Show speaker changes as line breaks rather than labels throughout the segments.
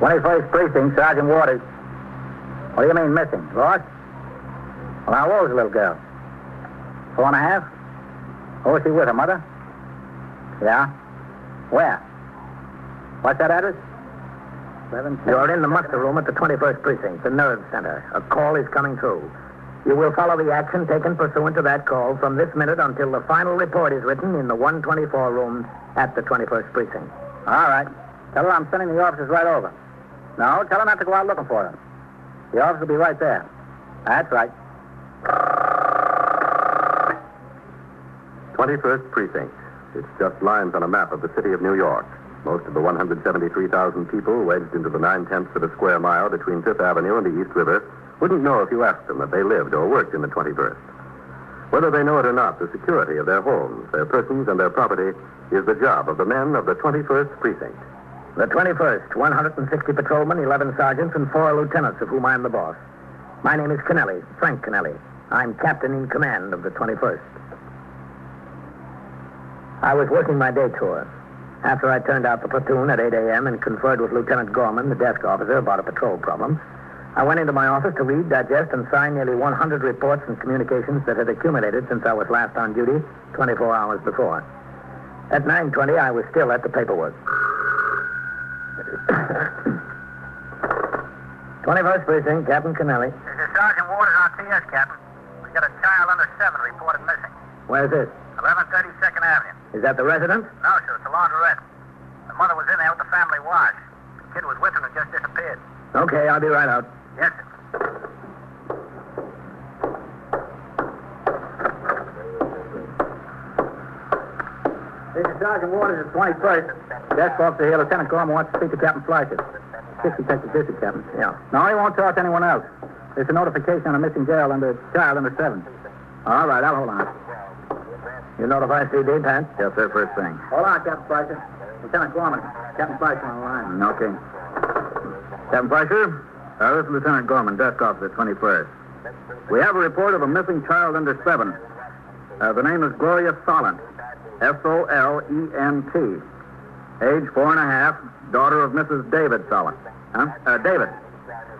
21st Precinct, Sergeant Waters. What do you mean missing? Lost? Well, how old's the little girl? Four and a half?
Oh,
Who is she with, her mother? Yeah? Where? What's that address? 11
You're in the muster room at the 21st Precinct, the nerve center. A call is coming through. You will follow the action taken pursuant to that call from this minute until the final report is written in the 124 room at the 21st Precinct.
All right. Tell her I'm sending the officers right over. No, tell her not to go out looking for them. The officer will be right there. That's right.
21st Precinct. It's just lines on a map of the city of New York. Most of the 173,000 people wedged into the nine-tenths of a square mile between Fifth Avenue and the East River wouldn't know if you asked them that they lived or worked in the 21st. Whether they know it or not, the security of their homes, their persons, and their property is the job of the men of the 21st Precinct.
The 21st, 160 patrolmen, 11 sergeants, and four lieutenants, of whom I'm the boss. My name is Kennelly, Frank Kennelly. I'm captain in command of the 21st. I was working my day tour. After I turned out the platoon at 8 a.m. and conferred with Lieutenant Gorman, the desk officer, about a patrol problem, I went into my office to read, digest, and sign nearly 100 reports and communications that had accumulated since I was last on duty 24 hours before. At 9.20, I was still at the paperwork. 21st Precinct, Captain Kennelly.
This is Sergeant Waters on CS, Captain. We got a child under seven reported missing.
Where's this?
1132nd Avenue.
Is that the residence?
No, sir, it's a laundrette. The mother was in there with the family wash. The kid was with him and just disappeared.
Okay, I'll be right out.
Yes, sir.
This is Sergeant Waters at 21st. Desk officer here, Lieutenant Gorman wants to speak to Captain Fleischer. Just detective busy, Captain.
Yeah.
No, he won't talk to anyone else. It's a notification on a missing girl under child under seven. All right, I'll hold on.
You notify CD, Pat?
Yes, sir, first thing. Hold on, Captain Fleischer. Lieutenant Gorman. Captain Fleischer on the line. Mm, Okay. Captain Fleischer? Uh, this is Lieutenant Gorman, desk officer, 21st. We have a report of a missing child under seven. Uh, the name is Gloria Solent. S-O-L-E-N-T. E Age four and a half, daughter of Mrs. David Solent. Huh? Uh, David.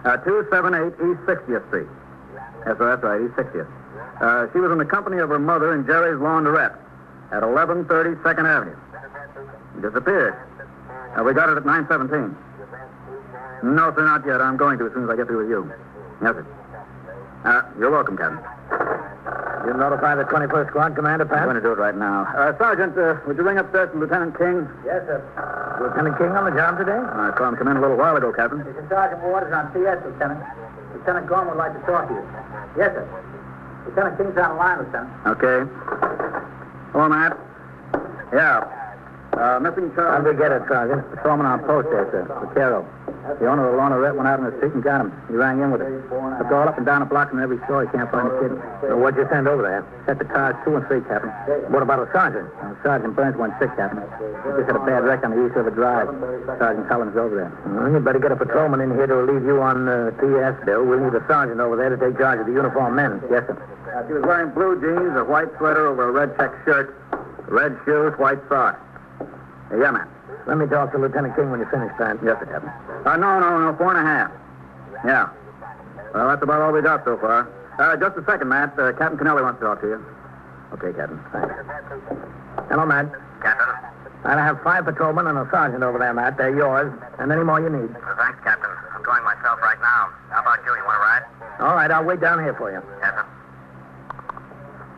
Uh, 278 East 60th Street. Yes, sir, that's right, East 60th. Uh, she was in the company of her mother in Jerry's Laundrette at 1130 Second Avenue. Disappeared. Uh, we got it at 917. No, sir, not yet. I'm going to as soon as I get through with you. Yes, sir. Uh, you're welcome, Captain.
You notify the 21st Squad Commander,
I'm
Pat?
going to do it right now. Uh, Sergeant, uh, would you ring upstairs to Lieutenant King?
Yes, sir.
Lieutenant King on the job today?
I saw him come in a little while ago, Captain.
This is Sergeant Waters on CS, Lieutenant. Lieutenant Gorman would like to talk to you. Yes, sir. Lieutenant King's on the line, Lieutenant.
Okay. Hello, Matt. Yeah. Uh, missing Charles.
How'd we get it, Sergeant?
The foreman on post there, sir. Vaquero. The owner of the laundrette went out on the street and got him. He rang in with it. Looked all up and down the block and in every store. He can't find the kid.
So what'd you send over there?
Set the cars two and three, Captain.
What about a sergeant?
Uh, Sergeant Burns went sick, Captain. He just had a bad wreck on the East River Drive. Sergeant Collins over there.
Well, you better get a patrolman in here to relieve you on uh, TS, Bill. We'll need a sergeant over there to take charge of the uniformed men.
Yes, sir. She was wearing blue jeans, a white sweater over a red check shirt, red shoes, white socks. Uh, Yeah, ma'am.
Let me talk to Lieutenant King when you finish, Pat.
Yes, sir, Captain. Uh, no, no, no, four and a half. Yeah. Well, that's about all we got so far. Uh, just a second, Matt. Uh, Captain Kennelly wants to talk to you. Okay, Captain. Thanks.
Hello, Matt.
Captain.
I'll have five patrolmen and a sergeant over there, Matt. They're yours. And any more you need.
Well, thanks, Captain. I'm going myself right now. How about you? You want to ride?
All right, I'll wait down here for you.
Yes, sir.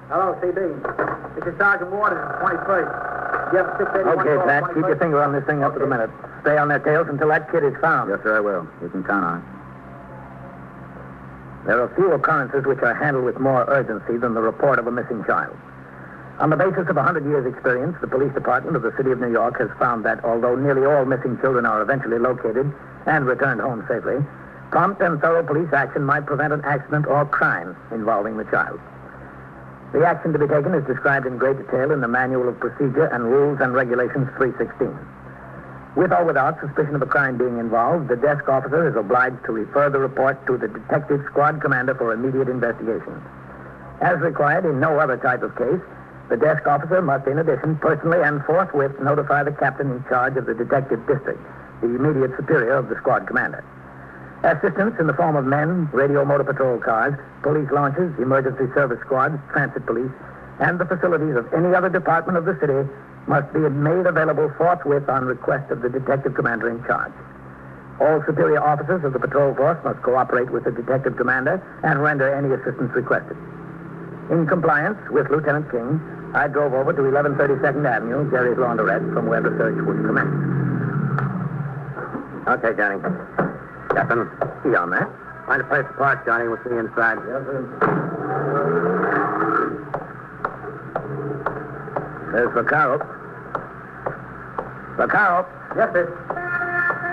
Hello, CB. This is Sergeant Waters on 21st. You have 681
Okay,
call,
Pat, keep your
21st.
finger on this thing up to the minute. Stay on their tails until that kid is found.
Yes, sir, I will. You can count on it.
There are few occurrences which are handled with more urgency than the report of a missing child. On the basis of 100 years' experience, the police department of the city of New York has found that although nearly all missing children are eventually located and returned home safely, prompt and thorough police action might prevent an accident or crime involving the child. The action to be taken is described in great detail in the Manual of Procedure and Rules and Regulations 316. With or without suspicion of a crime being involved, the desk officer is obliged to refer the report to the detective squad commander for immediate investigation. As required in no other type of case,
The desk officer must, in addition, personally and forthwith notify the captain in charge of the detective district, the immediate superior of the squad commander. Assistance in the form of men, radio motor patrol cars, police launches, emergency service squads, transit police, and the facilities of any other department of the city must be made available forthwith on request of the detective commander in charge. All superior officers of the patrol force must cooperate with the detective commander and render any assistance requested. In compliance with Lieutenant King, I drove over to 1132nd Avenue, Jerry's laundrette, from where the search would commence.
Okay, Johnny. Captain. Key on that. Find a place to park, Johnny. We'll see you inside.
There's Vaccaro. Vaccaro,
Yes, sir.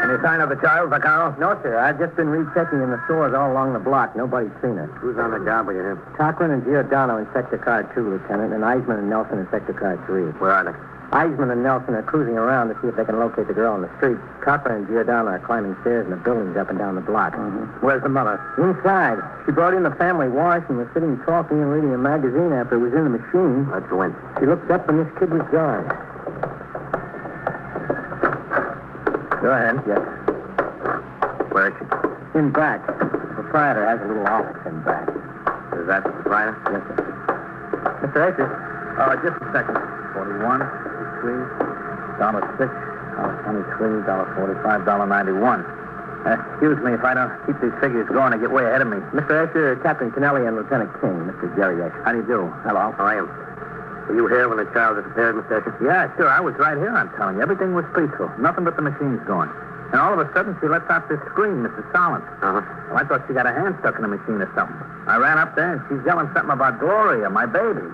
any sign of the child, Vaccaro?
No, sir. I've just been rechecking in the stores all along the block. Nobody's seen her. Who's on the job with you? Cochran and Giordano in sector car two, Lieutenant, and Eisman and Nelson in sector car three. Where are they? Eisman and Nelson are cruising around to see if they can locate the girl on the street. Cochran and Giordano are climbing stairs in the buildings up and down the block.
Where's the mother?
Inside, she brought in the family wash and was sitting talking and reading a magazine after it was in the machine. Let's go in. She looked up and this kid was gone.
Go ahead.
Yes.
Where is she?
In back. The proprietor has a little office in back.
Is that the proprietor?
Yes, sir. Mr. Akers. Uh, just a second. 41, 63, dollar six, dollar 23, dollar 45, dollar 91. Uh, excuse me if I don't keep these figures going. They get way ahead of me. Mr. Asher, Captain Kennelly, and Lieutenant King. Mr. Jerry Asher. How do you do? Hello.
I am. Were you here when the child disappeared, Mr. Escher?
Yeah, sure. I was right here, I'm telling you. Everything was peaceful. Nothing but the machines going. And all of a sudden, she lets out this scream, Mrs. Solent.
Uh-huh.
Well, I thought she got her hand stuck in the machine or something. I ran up there, and she's yelling something about Gloria, my baby.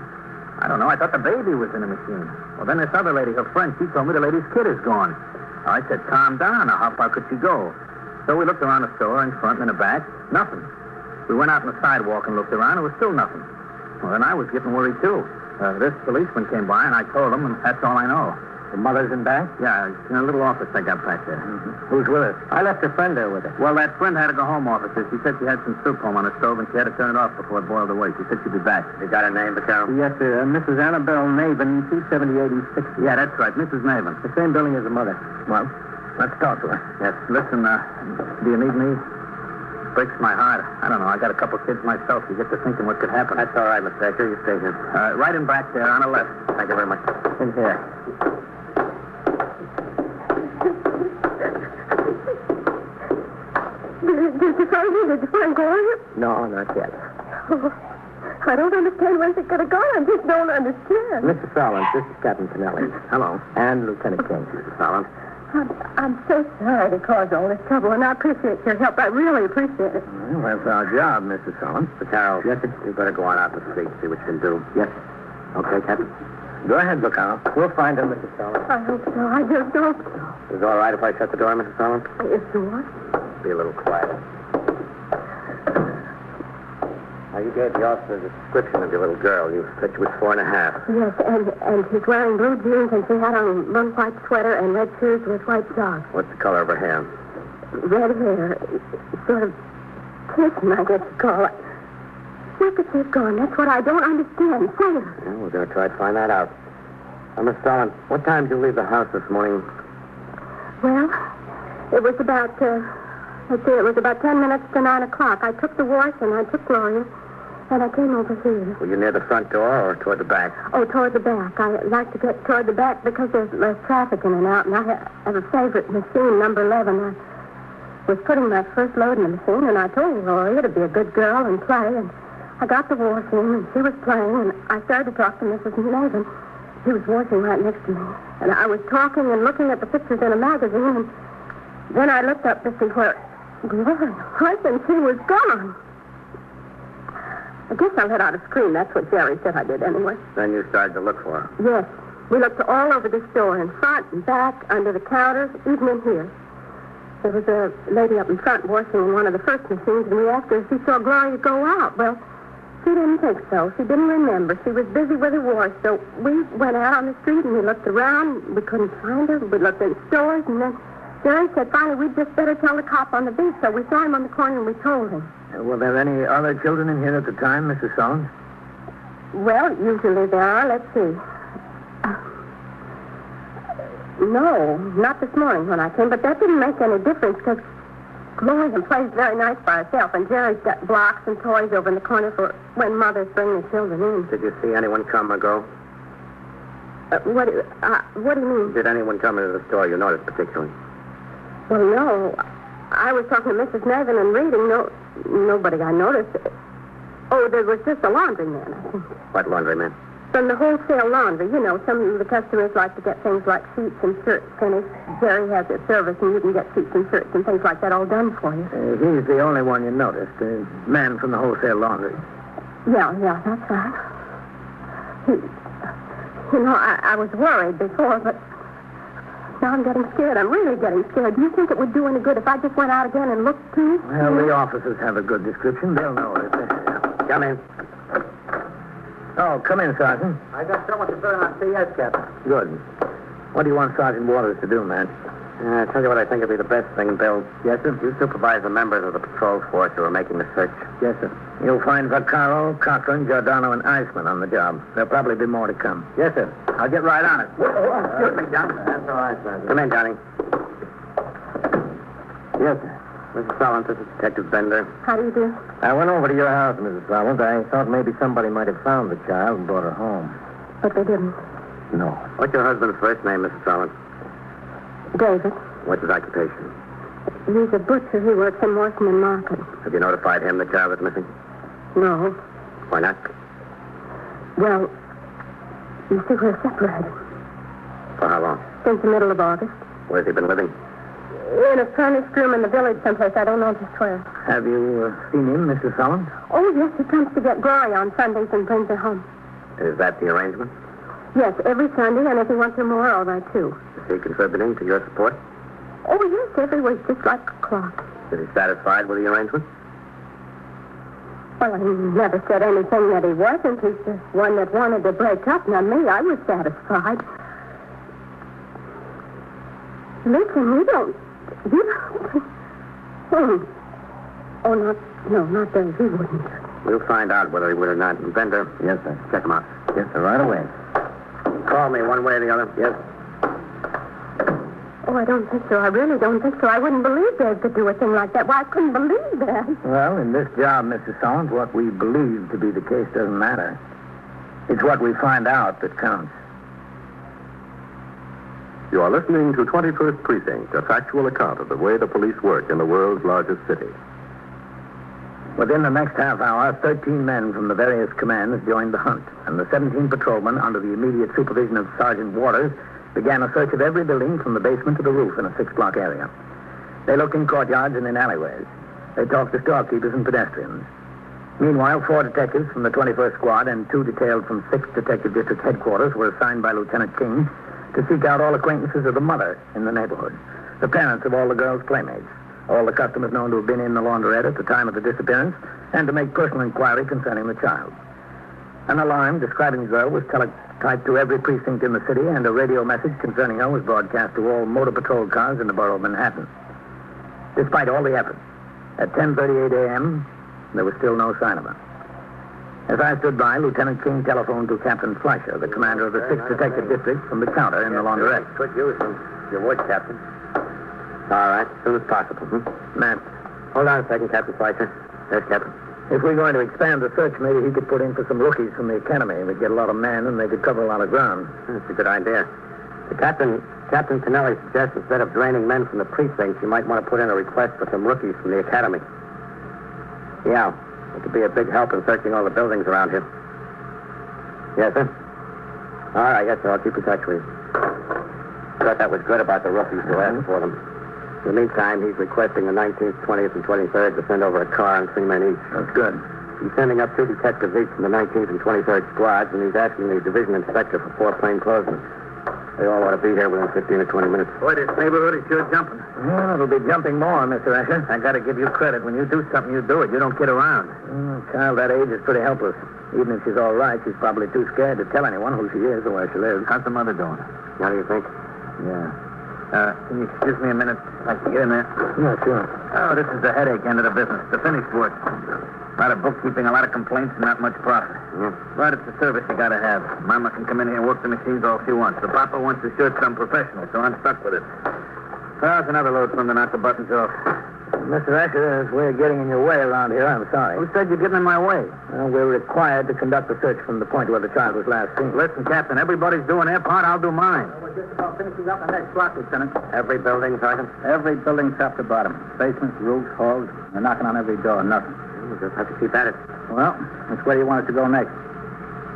I don't know. I thought the baby was in the machine. Well, then this other lady, her friend, she told me the lady's kid is gone. I said, calm down. Now, how far could she go? So we looked around the store, in front and in the back. Nothing. We went out on the sidewalk and looked around. It was still nothing. Well, then I was getting worried, too. Uh, this policeman came by, and I told him, and that's all I know.
The mother's in back?
Yeah, it's in a little office I got back there.
Who's with her?
Mm-hmm. I left her friend there with her. Well, that friend had to go home, officer. She said she had some soup home on the stove, and she had to turn it off before it boiled away. She said she'd be back.
You got a name, Vaccaro?
Yes, sir. Uh, Mrs. Annabelle Navin, 278 East 60. Yeah, that's right. Mrs. Navin. The same building as the mother. Well,
Let's talk to her.
yes. Listen, uh, do you need me? Breaks my heart. I don't know. I got a couple kids myself. You get to thinking what could happen.
That's all right, Mr. Escher. You stay here.
Uh, right in back there on the left.
Thank you very much.
In here.
Did, did you find me? Did you find Gloria?
No, not yet.
Oh, I don't understand where she's gonna go. I just don't understand.
Mr. Solent, this is Captain Kennelly. Hello. And Lieutenant King.
Solomon.
I'm, I'm so sorry to cause all this trouble, and I appreciate your help. I really appreciate it.
Well, that's our job, Mr. Solomon.
Vaccaro. Yes, sir. You better go on out in the street, see what you can do.
Yes.
Okay, Captain?
Go ahead, Vaccaro.
We'll find him, Mr. Solent.
I hope so. I just hope so.
Is it all right if I shut the door, Mrs. Solomon?
It's the one.
Be a little quiet. Now, you gave the officer the description of your little girl. You said she was four and a half.
Yes, and, and she's wearing blue jeans, and she had on one white sweater and red shoes with white socks.
What's the color of her hair?
Red hair. Sort of kitten, I guess you call it. Where could she have gone? That's what I don't understand. Say,
Yeah, we're going to try to find that out. Now, Miss Solomon, what time did you leave the house this morning?
Well, it was about, uh, let's see, it was about ten minutes to nine o'clock. I took the wash and I took Gloria, and I came over here.
Were you near the front door or toward the back?
Oh, toward the back. I like to get toward the back because there's less traffic in and out, and I ha- have a favorite machine, number 11. I was putting my first load in the machine, and I told Gloria to be a good girl and play, and I got the wash in, and she was playing, and I started to talk to Mrs. Maven. She was washing right next to me, and I was talking and looking at the pictures in a magazine, and then I looked up to see where Gloria was, and she was gone. I guess I let out a scream. That's what Jerry said I did anyway.
Then you started to look for her.
Yes. We looked all over the store, in front and back, under the counters, even in here. There was a lady up in front washing in one of the first machines, and we asked her if she saw Gloria go out. Well, she didn't think so. She didn't remember. She was busy with her wash, so we went out on the street and we looked around. We couldn't find her. We looked in stores, and then Jerry said finally we'd just better tell the cop on the beach. So we saw him on the corner and we told him.
Uh, Were there any other children in here at the time, Mrs. Solomon?
Well, usually there are. Let's see. No, not this morning when I came, but that didn't make any difference because Gloria plays very nice by herself, and Jerry's got blocks and toys over in the corner for when mothers bring the children in.
Did you see anyone come or go?
Uh, what, do- uh, what do you mean?
Did anyone come into the store you noticed particularly?
Well, no. I was talking to Mrs. Nevin and reading. No, nobody I noticed. Oh, there was just a laundry man, I think.
What laundry man?
From the wholesale laundry, you know, some of the customers like to get things like sheets and shirts finished. Jerry has his service, and you can get sheets and shirts and things like that all done for you.
Uh, he's the only one you noticed, a man from the wholesale laundry.
Yeah, yeah, that's right. He, you know, I, I was worried before, but now I'm getting scared. I'm really getting scared. Do you think it would do any good if I just went out again and looked too?
Well, the officers have a good description. They'll know it. Come in. Oh, come in, Sergeant.
I got so much to burn on CS, Captain.
Good. What do you want Sergeant Waters to do, Matt?
Uh, I tell you what I think would be the best thing, Bill. Yes, sir. You supervise the members of the patrol force who are making the search.
Yes, sir. You'll find Vaccaro, Cochran, Giordano, and Iceman on the job. There'll probably be more to come. Yes, sir. I'll get right on it.
Excuse me, John. That's all right, Sergeant.
Come in, Donnie. Yes, sir. Mrs. Solent, this is Detective Bender.
How do you do?
I went over to your house, Mrs. Solomon. I thought maybe somebody might have found the child and brought her home.
But they didn't.
No.
What's your husband's first name, Mrs. Solent?
David,
What's his occupation?
he's a butcher. He works in Morrison and Market.
Have you notified him the child is missing?
No.
Why not?
Well, you see, we're separated
For how long?
since the middle of August.
Where's he been living?
In a furnished room in the village someplace. I don't know just where.
Have you uh, seen him, Mrs. Solomon?
Oh, yes, he comes to get Gloria on Sundays and brings her home.
Is that the arrangement?
Yes, every Sunday, and if he wants her more, all right, too.
Is he contributing to your support?
Oh, yes, every week, just like a clock.
Is he satisfied with the arrangement?
Well, he never said anything that he wasn't. He's the one that wanted to break up, not me. I was satisfied. Listen, you don't... You don't... Oh, oh not... No, not Dave. He wouldn't.
We'll find out whether he would or not. And Bender. Yes, sir. Check him out.
Yes, sir, right away.
Call me one way or the other. Yes.
Oh, I don't think so. I really don't think so. I wouldn't believe Dave could do a thing like that. Why, I couldn't believe that.
Well, in this job, Mrs. Solomon, what we believe to be the case doesn't matter. It's what we find out that counts.
You are listening to 21st Precinct, a factual account of the way the police work in the world's largest city.
Within the next half hour, 13 men from the various commands joined the hunt, and the 17 patrolmen, under the immediate supervision of Sergeant Waters, began a search of every building from the basement to the roof in a six-block area. They looked in courtyards and in alleyways. They talked to storekeepers and pedestrians. Meanwhile, four detectives from the 21st Squad and two detailed from 6th Detective District Headquarters were assigned by Lieutenant King to seek out all acquaintances of the mother in the neighborhood, the parents of all the girls' playmates, all the customers known to have been in the laundrette at the time of the disappearance, and to make personal inquiry concerning the child. An alarm describing the girl was teletyped to every precinct in the city, and a radio message concerning her was broadcast to all motor patrol cars in the borough of Manhattan. Despite all the efforts, at 10.38 a.m., there was still no sign of her. As I stood by, Lieutenant King telephoned to Captain Fleischer, the commander of the 6th Detective District, from the counter in the laundrette.
Could use them. Your would, Captain. All right, as soon as possible. Hmm?
Matt,
Hold on a second, Captain Fleischer. Yes, Captain.
if we're going to expand the search, maybe he could put in for some rookies from the academy. We'd get a lot of men, and they could cover a lot of ground.
That's a good idea. The captain, Captain Tonelli suggests instead of draining men from the precinct, you might want to put in a request for some rookies from the academy. Yeah, it could be a big help in searching all the buildings around here. Yes, sir. All right, yes, sir. I'll keep in touch with you. Thought that was good about the rookies to ask for them. In the meantime, he's requesting the 19th, 20th, and 23rd to send over a car and three men each.
That's good.
He's sending up two detectives each from the 19th and 23rd squads, and he's asking the division inspector for four plainclothesmen. They all want to be here within 15 or 20 minutes.
Boy, this neighborhood is sure jumping.
Well, it'll be jumping more, Mr. Escher.
I gotta give you credit. When you do something, you do it. You don't kid around.
Mm, a child that age is pretty helpless. Even if she's all right, she's probably too scared to tell anyone who she is or where she lives.
How's the mother doing?
What do you think?
Yeah. Uh, can you excuse me a minute? I can get in there.
Yeah, sure.
Oh, this is the headache end of the business, the finished work. A lot of bookkeeping, a lot of complaints, and not much profit. But it's a service you gotta have. Mama can come in here and work the machines all she wants. The papa wants to shirt some professional, so I'm stuck with it. Well, it's another load for him to knock the buttons off.
Mr. Ecker, we're getting in your way around here. I'm sorry.
Who said you're getting in my way?
Uh, we're required to conduct a search from the point where the child was last seen.
Listen, Captain, everybody's doing their part, I'll do mine.
We're just about finishing up the next block, Lieutenant.
Every building, Sergeant?
Every building top to bottom. Basements, roofs, halls. They're knocking on every door. Nothing.
We'll just have to keep at it.
Well, which way do you want us to go next?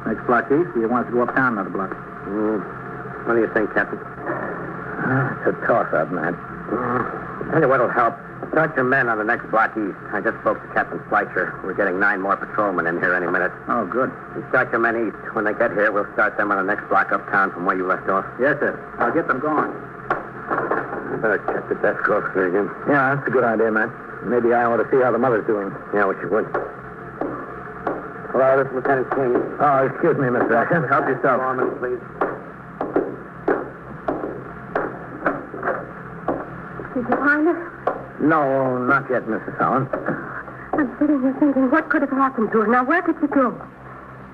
Next block east, or you want us to go uptown another block?
Mm. What do you think, Captain?
It's a toss-up, man.
Mm. Tell you what'll help. Start your men on the next block east. I just spoke to Captain Fleischer. We're getting nine more patrolmen in here any minute.
Oh, good.
You start your men east. When they get here, we'll start them on the next block uptown from where you left off.
Yes, sir. I'll get them going.
Better check the desk officer again.
Yeah, that's a good idea, man. Maybe I ought to see how the mother's doing.
Yeah, which you would.
Hello, this is Lieutenant King. Oh, excuse me, Mr. Ecker.
Help yourself.
Foreman, please.
Did you find her?
No, not yet, Mrs. Holland.
I'm sitting here thinking, what could have happened to her? Now, where could she go?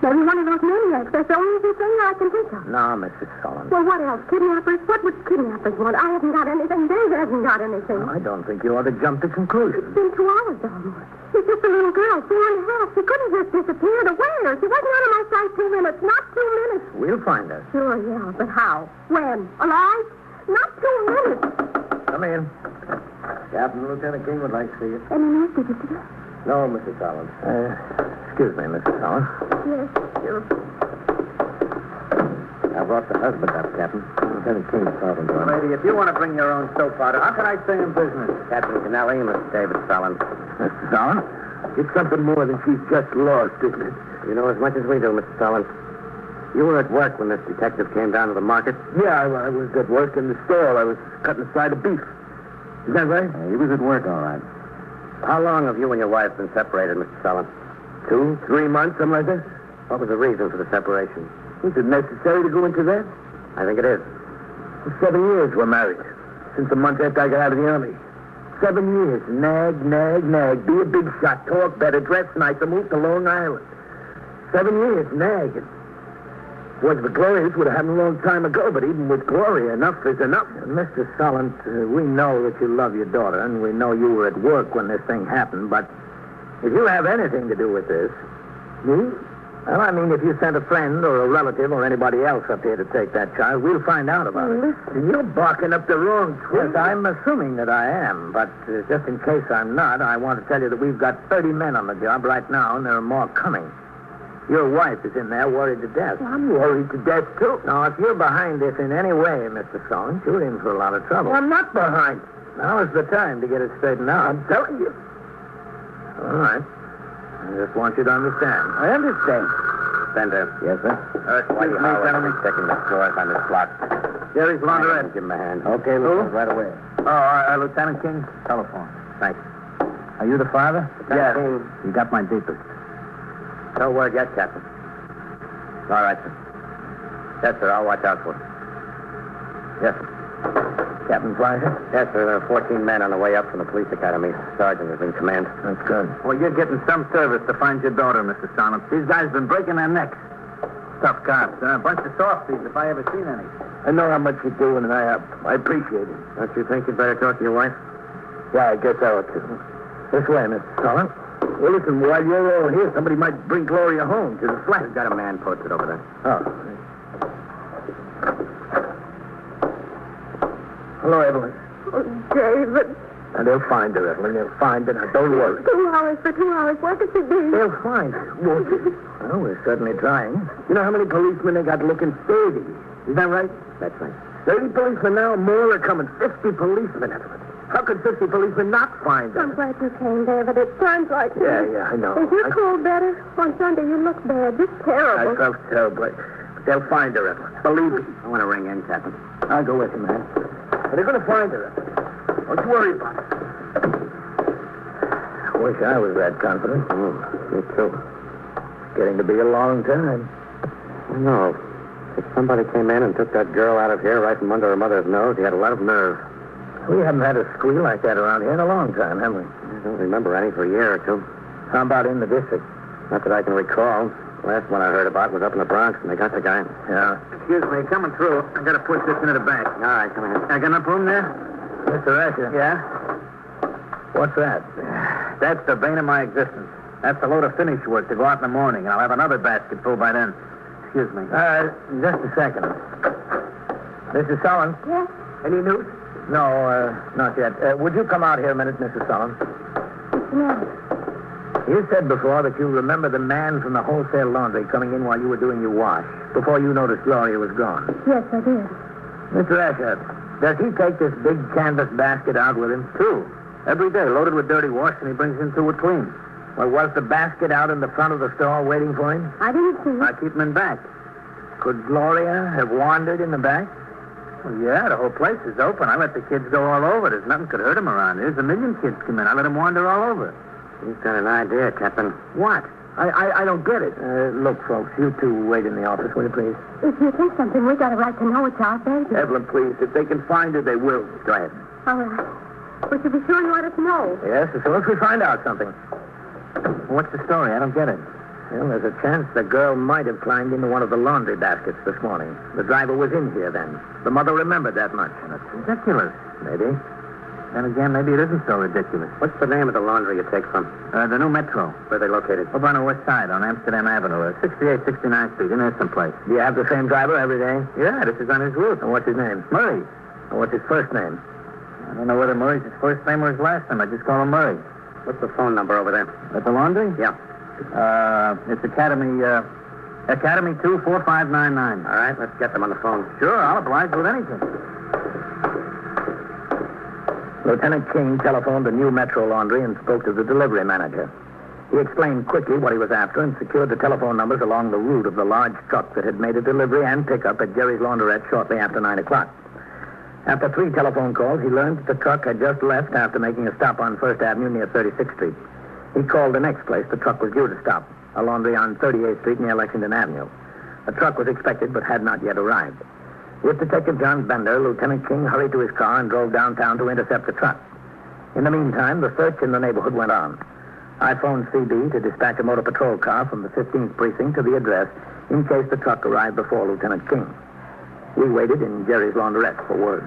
Maybe one of those maniacs. That's the only thing I can think of.
No, Mrs. Holland.
Well, what else? Kidnappers? What would kidnappers want? I haven't got anything. Dave hasn't got anything.
I don't think you ought to jump to conclusions.
It's been two hours almost. She's just a little girl, four and a half. She couldn't just disappeared away, or she wasn't out of my sight two minutes. Not two minutes.
We'll find her.
Sure, yeah, but how? When? Alive? Not two minutes.
Come in. Captain Lieutenant King would like to see you.
Any news, did you see?
No, Mrs. Holland. Uh, excuse me, Mrs. Holland.
Yes, sure.
I brought the husband up, Captain. Lieutenant King's talking to him.
Lady, if you want to bring your own soap powder, how can I stay in business?
Captain Canelli, Miss David Sullen.
Mrs. Holland? It's something more than she's just lost, isn't it?
You know as much as we do, Mr. Sullen. You were at work when this detective came down to the market.
Yeah, I, I was at work in the store. I was cutting a side of beef. Is that right?
he was at work, all right. How long have you and your wife been separated, Mr. Sullen?
Two, three months, something like that.
What was the reason for the separation?
Is it necessary to go into that?
I think it is.
For seven years we're married. Since the month after I got out of the army. Seven years. Nag, nag, nag. Be a big shot. Talk better. Dress nicer. Move to Long Island. Seven years nagging. Was the glorious would have happened a long time ago, but even with glory, enough is enough. Mr. Solent, uh, we know that you love your daughter, and we know you were at work when this thing happened, but if you have anything to do with this, me? Hmm? Well, I mean, if you sent a friend or a relative or anybody else up here to take that child, we'll find out about it. Listen, you're barking up the wrong tree. Yes, I'm assuming that I am, but uh, just in case I'm not, I want to tell you that we've got 30 men on the job right now, and there are more coming. Your wife is in there worried to death. I'm worried to death, too. Now, if you're behind this in any way, Mr. Stone, you're in for a lot of trouble. I'm not behind. Now is the time to get it straightened out. I'm telling you. All right. I just want you to understand. I understand.
Bender.
Yes, sir.
Uh, Whitey
me,
Howard,
gentlemen.
every second the floors on this block.
Jerry's laundrette.
Give him a hand. Oh,
Okay, Lieutenant, right away.
Oh, uh, uh, Lieutenant King, telephone.
Thanks.
Are you the father?
Yes.
You got my deepest.
No word yet, Captain. All right, sir. Yes, sir. I'll watch out for him. Yes, sir.
Captain Fleischer?
Yes, sir. There are 14 men on the way up from the police academy. Sergeant is in command.
That's good.
Well, you're getting some service to find your daughter, Mr. Sonnet. These guys been breaking their necks. Tough cops. Uh, a bunch of softies, if I ever seen any.
I know how much you're doing, and I, uh, I appreciate it.
Don't you think you'd better talk to your wife?
Yeah, I guess I ought to. This way, Mr. Sullen. Well, listen, while you're all here, somebody might bring Gloria home to the flat.
I've got a man posted over there.
Oh. Hello, Evelyn.
Oh, David.
Now, they'll find her, Evelyn. They'll find her. Now, don't worry.
Two hours for two hours. Where could she be?
They'll find her, won't they? Well, we're certainly trying. You know how many policemen they got looking? Thirty. Is that right?
That's right.
Thirty policemen now. More are coming. Fifty policemen, Evelyn. How could fifty policemen not find
I'm
her?
glad you came, David. It sounds like
Yeah, yeah, I know.
Is your
I-
cold better? On Sunday, you look bad. It's
I
terrible.
felt terribly. They'll find her, Evelyn. Believe me.
I want to ring in, Captain.
I'll go with you, man. But they're going to find her. Don't you worry about it. I wish I was that confident. Mm, me too. It's getting to be a long time.
No. If somebody came in and took that girl out of here right from under her mother's nose, he had a lot of nerve.
We haven't had a squeal like that around here in a long time, have we?
I don't remember any for a year or two.
How about in the district?
Not that I can recall. Last one I heard about was up in the Bronx, and they got the guy.
Yeah.
Excuse me, coming through. I gotta push this into the bank.
All right, come in.
I got enough room there?
Mr. Asher.
Yeah?
What's that?
That's the bane of my existence. That's a load of finish work to go out in the morning, and I'll have another basket full by then. Excuse me.
Uh, just a second. Mrs. Sullen?
Yes?
Any news?
No, uh, not yet. Uh, would you come out here a minute, Mrs. Sullen?
What's the matter?
You said before that you remember the man from the wholesale laundry coming in while you were doing your wash, before you noticed Gloria was gone.
Yes, I did.
Mr. Asher, does he take this big canvas basket out with him?
Two. Every day, loaded with dirty wash, and he brings in two with clean.
Or was the basket out in the front of the store waiting for him?
I didn't see
I
it.
keep him in back.
Could Gloria have wandered in the back?
Well, yeah, the whole place is open. I let the kids go all over. There's nothing could hurt him around here. There's a million kids come in. I let them wander all over.
You've got an idea, Captain.
What? I, I, I don't get it. Uh, look, folks, you two wait in the office, will you please?
If you think something, we got a right to know it's our baby.
Evelyn, please. If they can find her, they will. Go ahead.
All right. Would you be sure you let us know?
Yes, as soon as we find out something.
What's the story? I don't get it.
Well, there's a chance the girl might have climbed into one of the laundry baskets this morning. The driver was in here then. The mother remembered that much.
Ridiculous.
Maybe.
Then again, maybe it isn't so ridiculous.
What's the name of the laundry you take from?
Uh, the new metro.
Where they located?
Up on the west side on Amsterdam Avenue, uh, 68, 69th Street, in there someplace.
Do you have the same driver every day?
Yeah, this is on his route.
And what's his name?
Murray.
And what's his first name?
I don't know whether Murray's his first name or his last name. I just call him Murray.
What's the phone number over there?
At the laundry?
Yeah.
Uh, it's Academy, uh, Academy 24599.
All right, let's get them on the phone.
Sure, I'll oblige with anything.
Lieutenant King telephoned the new Metro Laundry and spoke to the delivery manager. He explained quickly what he was after and secured the telephone numbers along the route of the large truck that had made a delivery and pickup at Jerry's laundrette shortly after 9 o'clock. After three telephone calls, he learned that the truck had just left after making a stop on First Avenue near 36th Street. He called the next place the truck was due to stop, a laundry on 38th Street near Lexington Avenue. The truck was expected but had not yet arrived. With Detective John Bender, Lieutenant King hurried to his car and drove downtown to intercept the truck. In the meantime, the search in the neighborhood went on. I phoned CB to dispatch a motor patrol car from the 15th precinct to the address in case the truck arrived before Lieutenant King. We waited in Jerry's laundrette for word.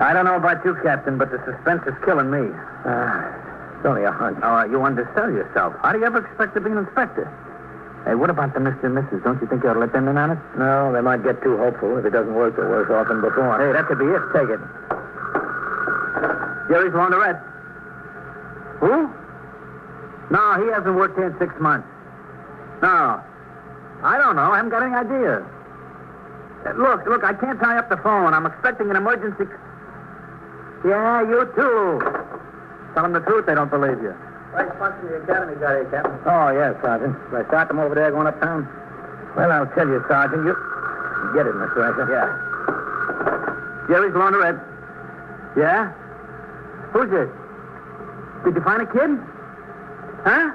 I don't know about you, Captain, but the suspense is killing me.
Ah, it's only a hunch.
Oh, uh, you undersell yourself. How do you ever expect to be an inspector? Hey, what about the Mr. and Mrs.? Don't you think you ought to let them in on it?
No, they might get too hopeful. If it doesn't work, it works often before.
Hey, that could be it.
Take it.
Jerry's laundrette. Who? No, he hasn't worked here in six months. No. I don't know. I haven't got any idea. Uh, Look, look, I can't tie up the phone. I'm expecting an emergency. c- Yeah, you too. Tell them the truth, they don't believe you.
Right front from the academy got here, Captain.
Oh, yes, Sergeant.
Should I start them over there going uptown?
Well, I'll tell you, Sergeant, you... Get it, Mr. Asher.
Yeah. Jerry's laundrette. Yeah? Who's this? Did you find a kid? Huh?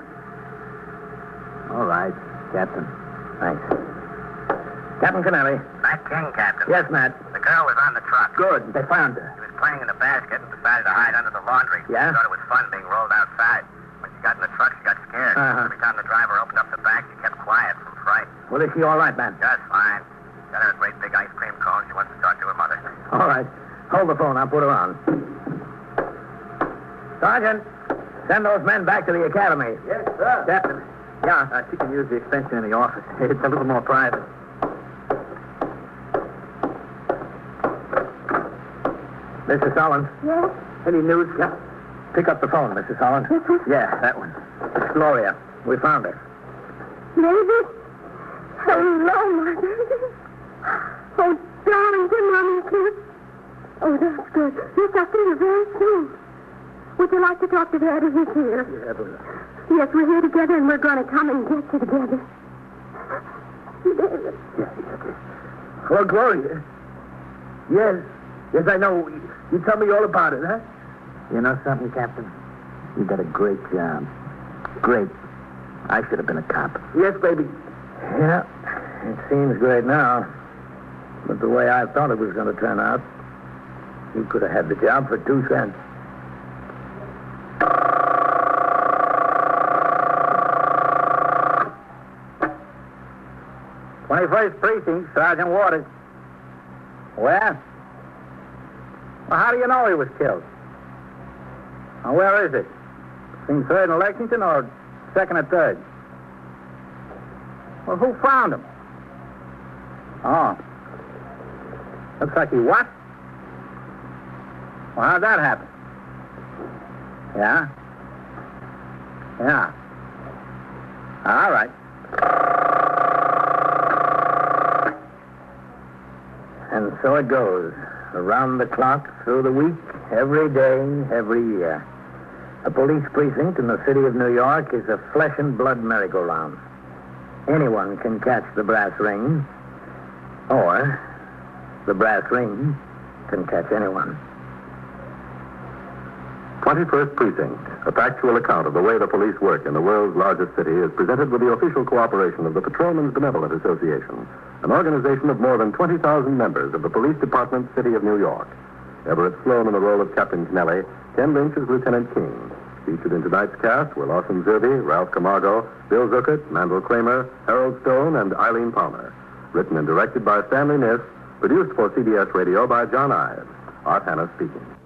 All right, Captain.
Thanks. Captain Canary.
Matt King, Captain.
Yes, Matt.
The girl was on the truck.
Good. They found her.
She was playing in the basket and decided to hide under the laundry.
Yeah?
She thought it was fun being rolled outside. When she got in the truck, she got scared.
Uh-huh.
Every time the driver opened up the back, she kept quiet from fright.
Well, is she all right, Matt?
Just fine. Got her a great big ice cream cone. She wants to talk to her mother.
All right. Hold the phone. I'll put her on. Sergeant, send those men back to the academy.
Yes, sir.
Captain. Yeah, uh, she can use the extension in the office. It's a little more private.
Mrs. Solon,
Yes?
any news? Yeah. Pick up the phone, Mrs. Solon.
This is
Yeah, that one. It's Gloria. We found her.
David? Hello, my baby. Oh, darling, good morning, kid. Oh, that's good. Yes, I'll see you very soon. Would you like to talk to Daddy? He's here. Yes, we're here together, and we're going to come and get you together. David.
Well, Gloria. eh? Yes. Yes, I know. You tell me all about it, huh?
You know something, Captain? You did a great job. Great. I should have been a cop.
Yes, baby. Yeah. It seems great now. But the way I thought it was going to turn out, you could have had the job for two cents.
21st Precinct, Sergeant Waters. Where? Well, how do you know he was killed? Now, where is it? Between 3rd and Lexington or 2nd and 3rd? Well, who found him? Oh. Looks like he what? Well, how'd that happen? Yeah? Yeah. All right.
And so it goes. Around the clock, through the week, every day, every year. A police precinct in the city of New York is a flesh and blood merry-go-round. Anyone can catch the brass ring, or the brass ring can catch anyone.
21st Precinct, a factual account of the way the police work in the world's largest city, is presented with the official cooperation of the Patrolmen's Benevolent Association, an organization of more than 20,000 members of the Police Department, City of New York. Everett Sloan in the role of Captain Kennelly, Ken Lynch as Lieutenant King. Featured in tonight's cast were Lawson Zerby, Ralph Camargo, Bill Zuckert, Mandel Kramer, Harold Stone, and Eileen Palmer. Written and directed by Stanley Niss, produced for CBS Radio by John Ives. Art Hannah speaking.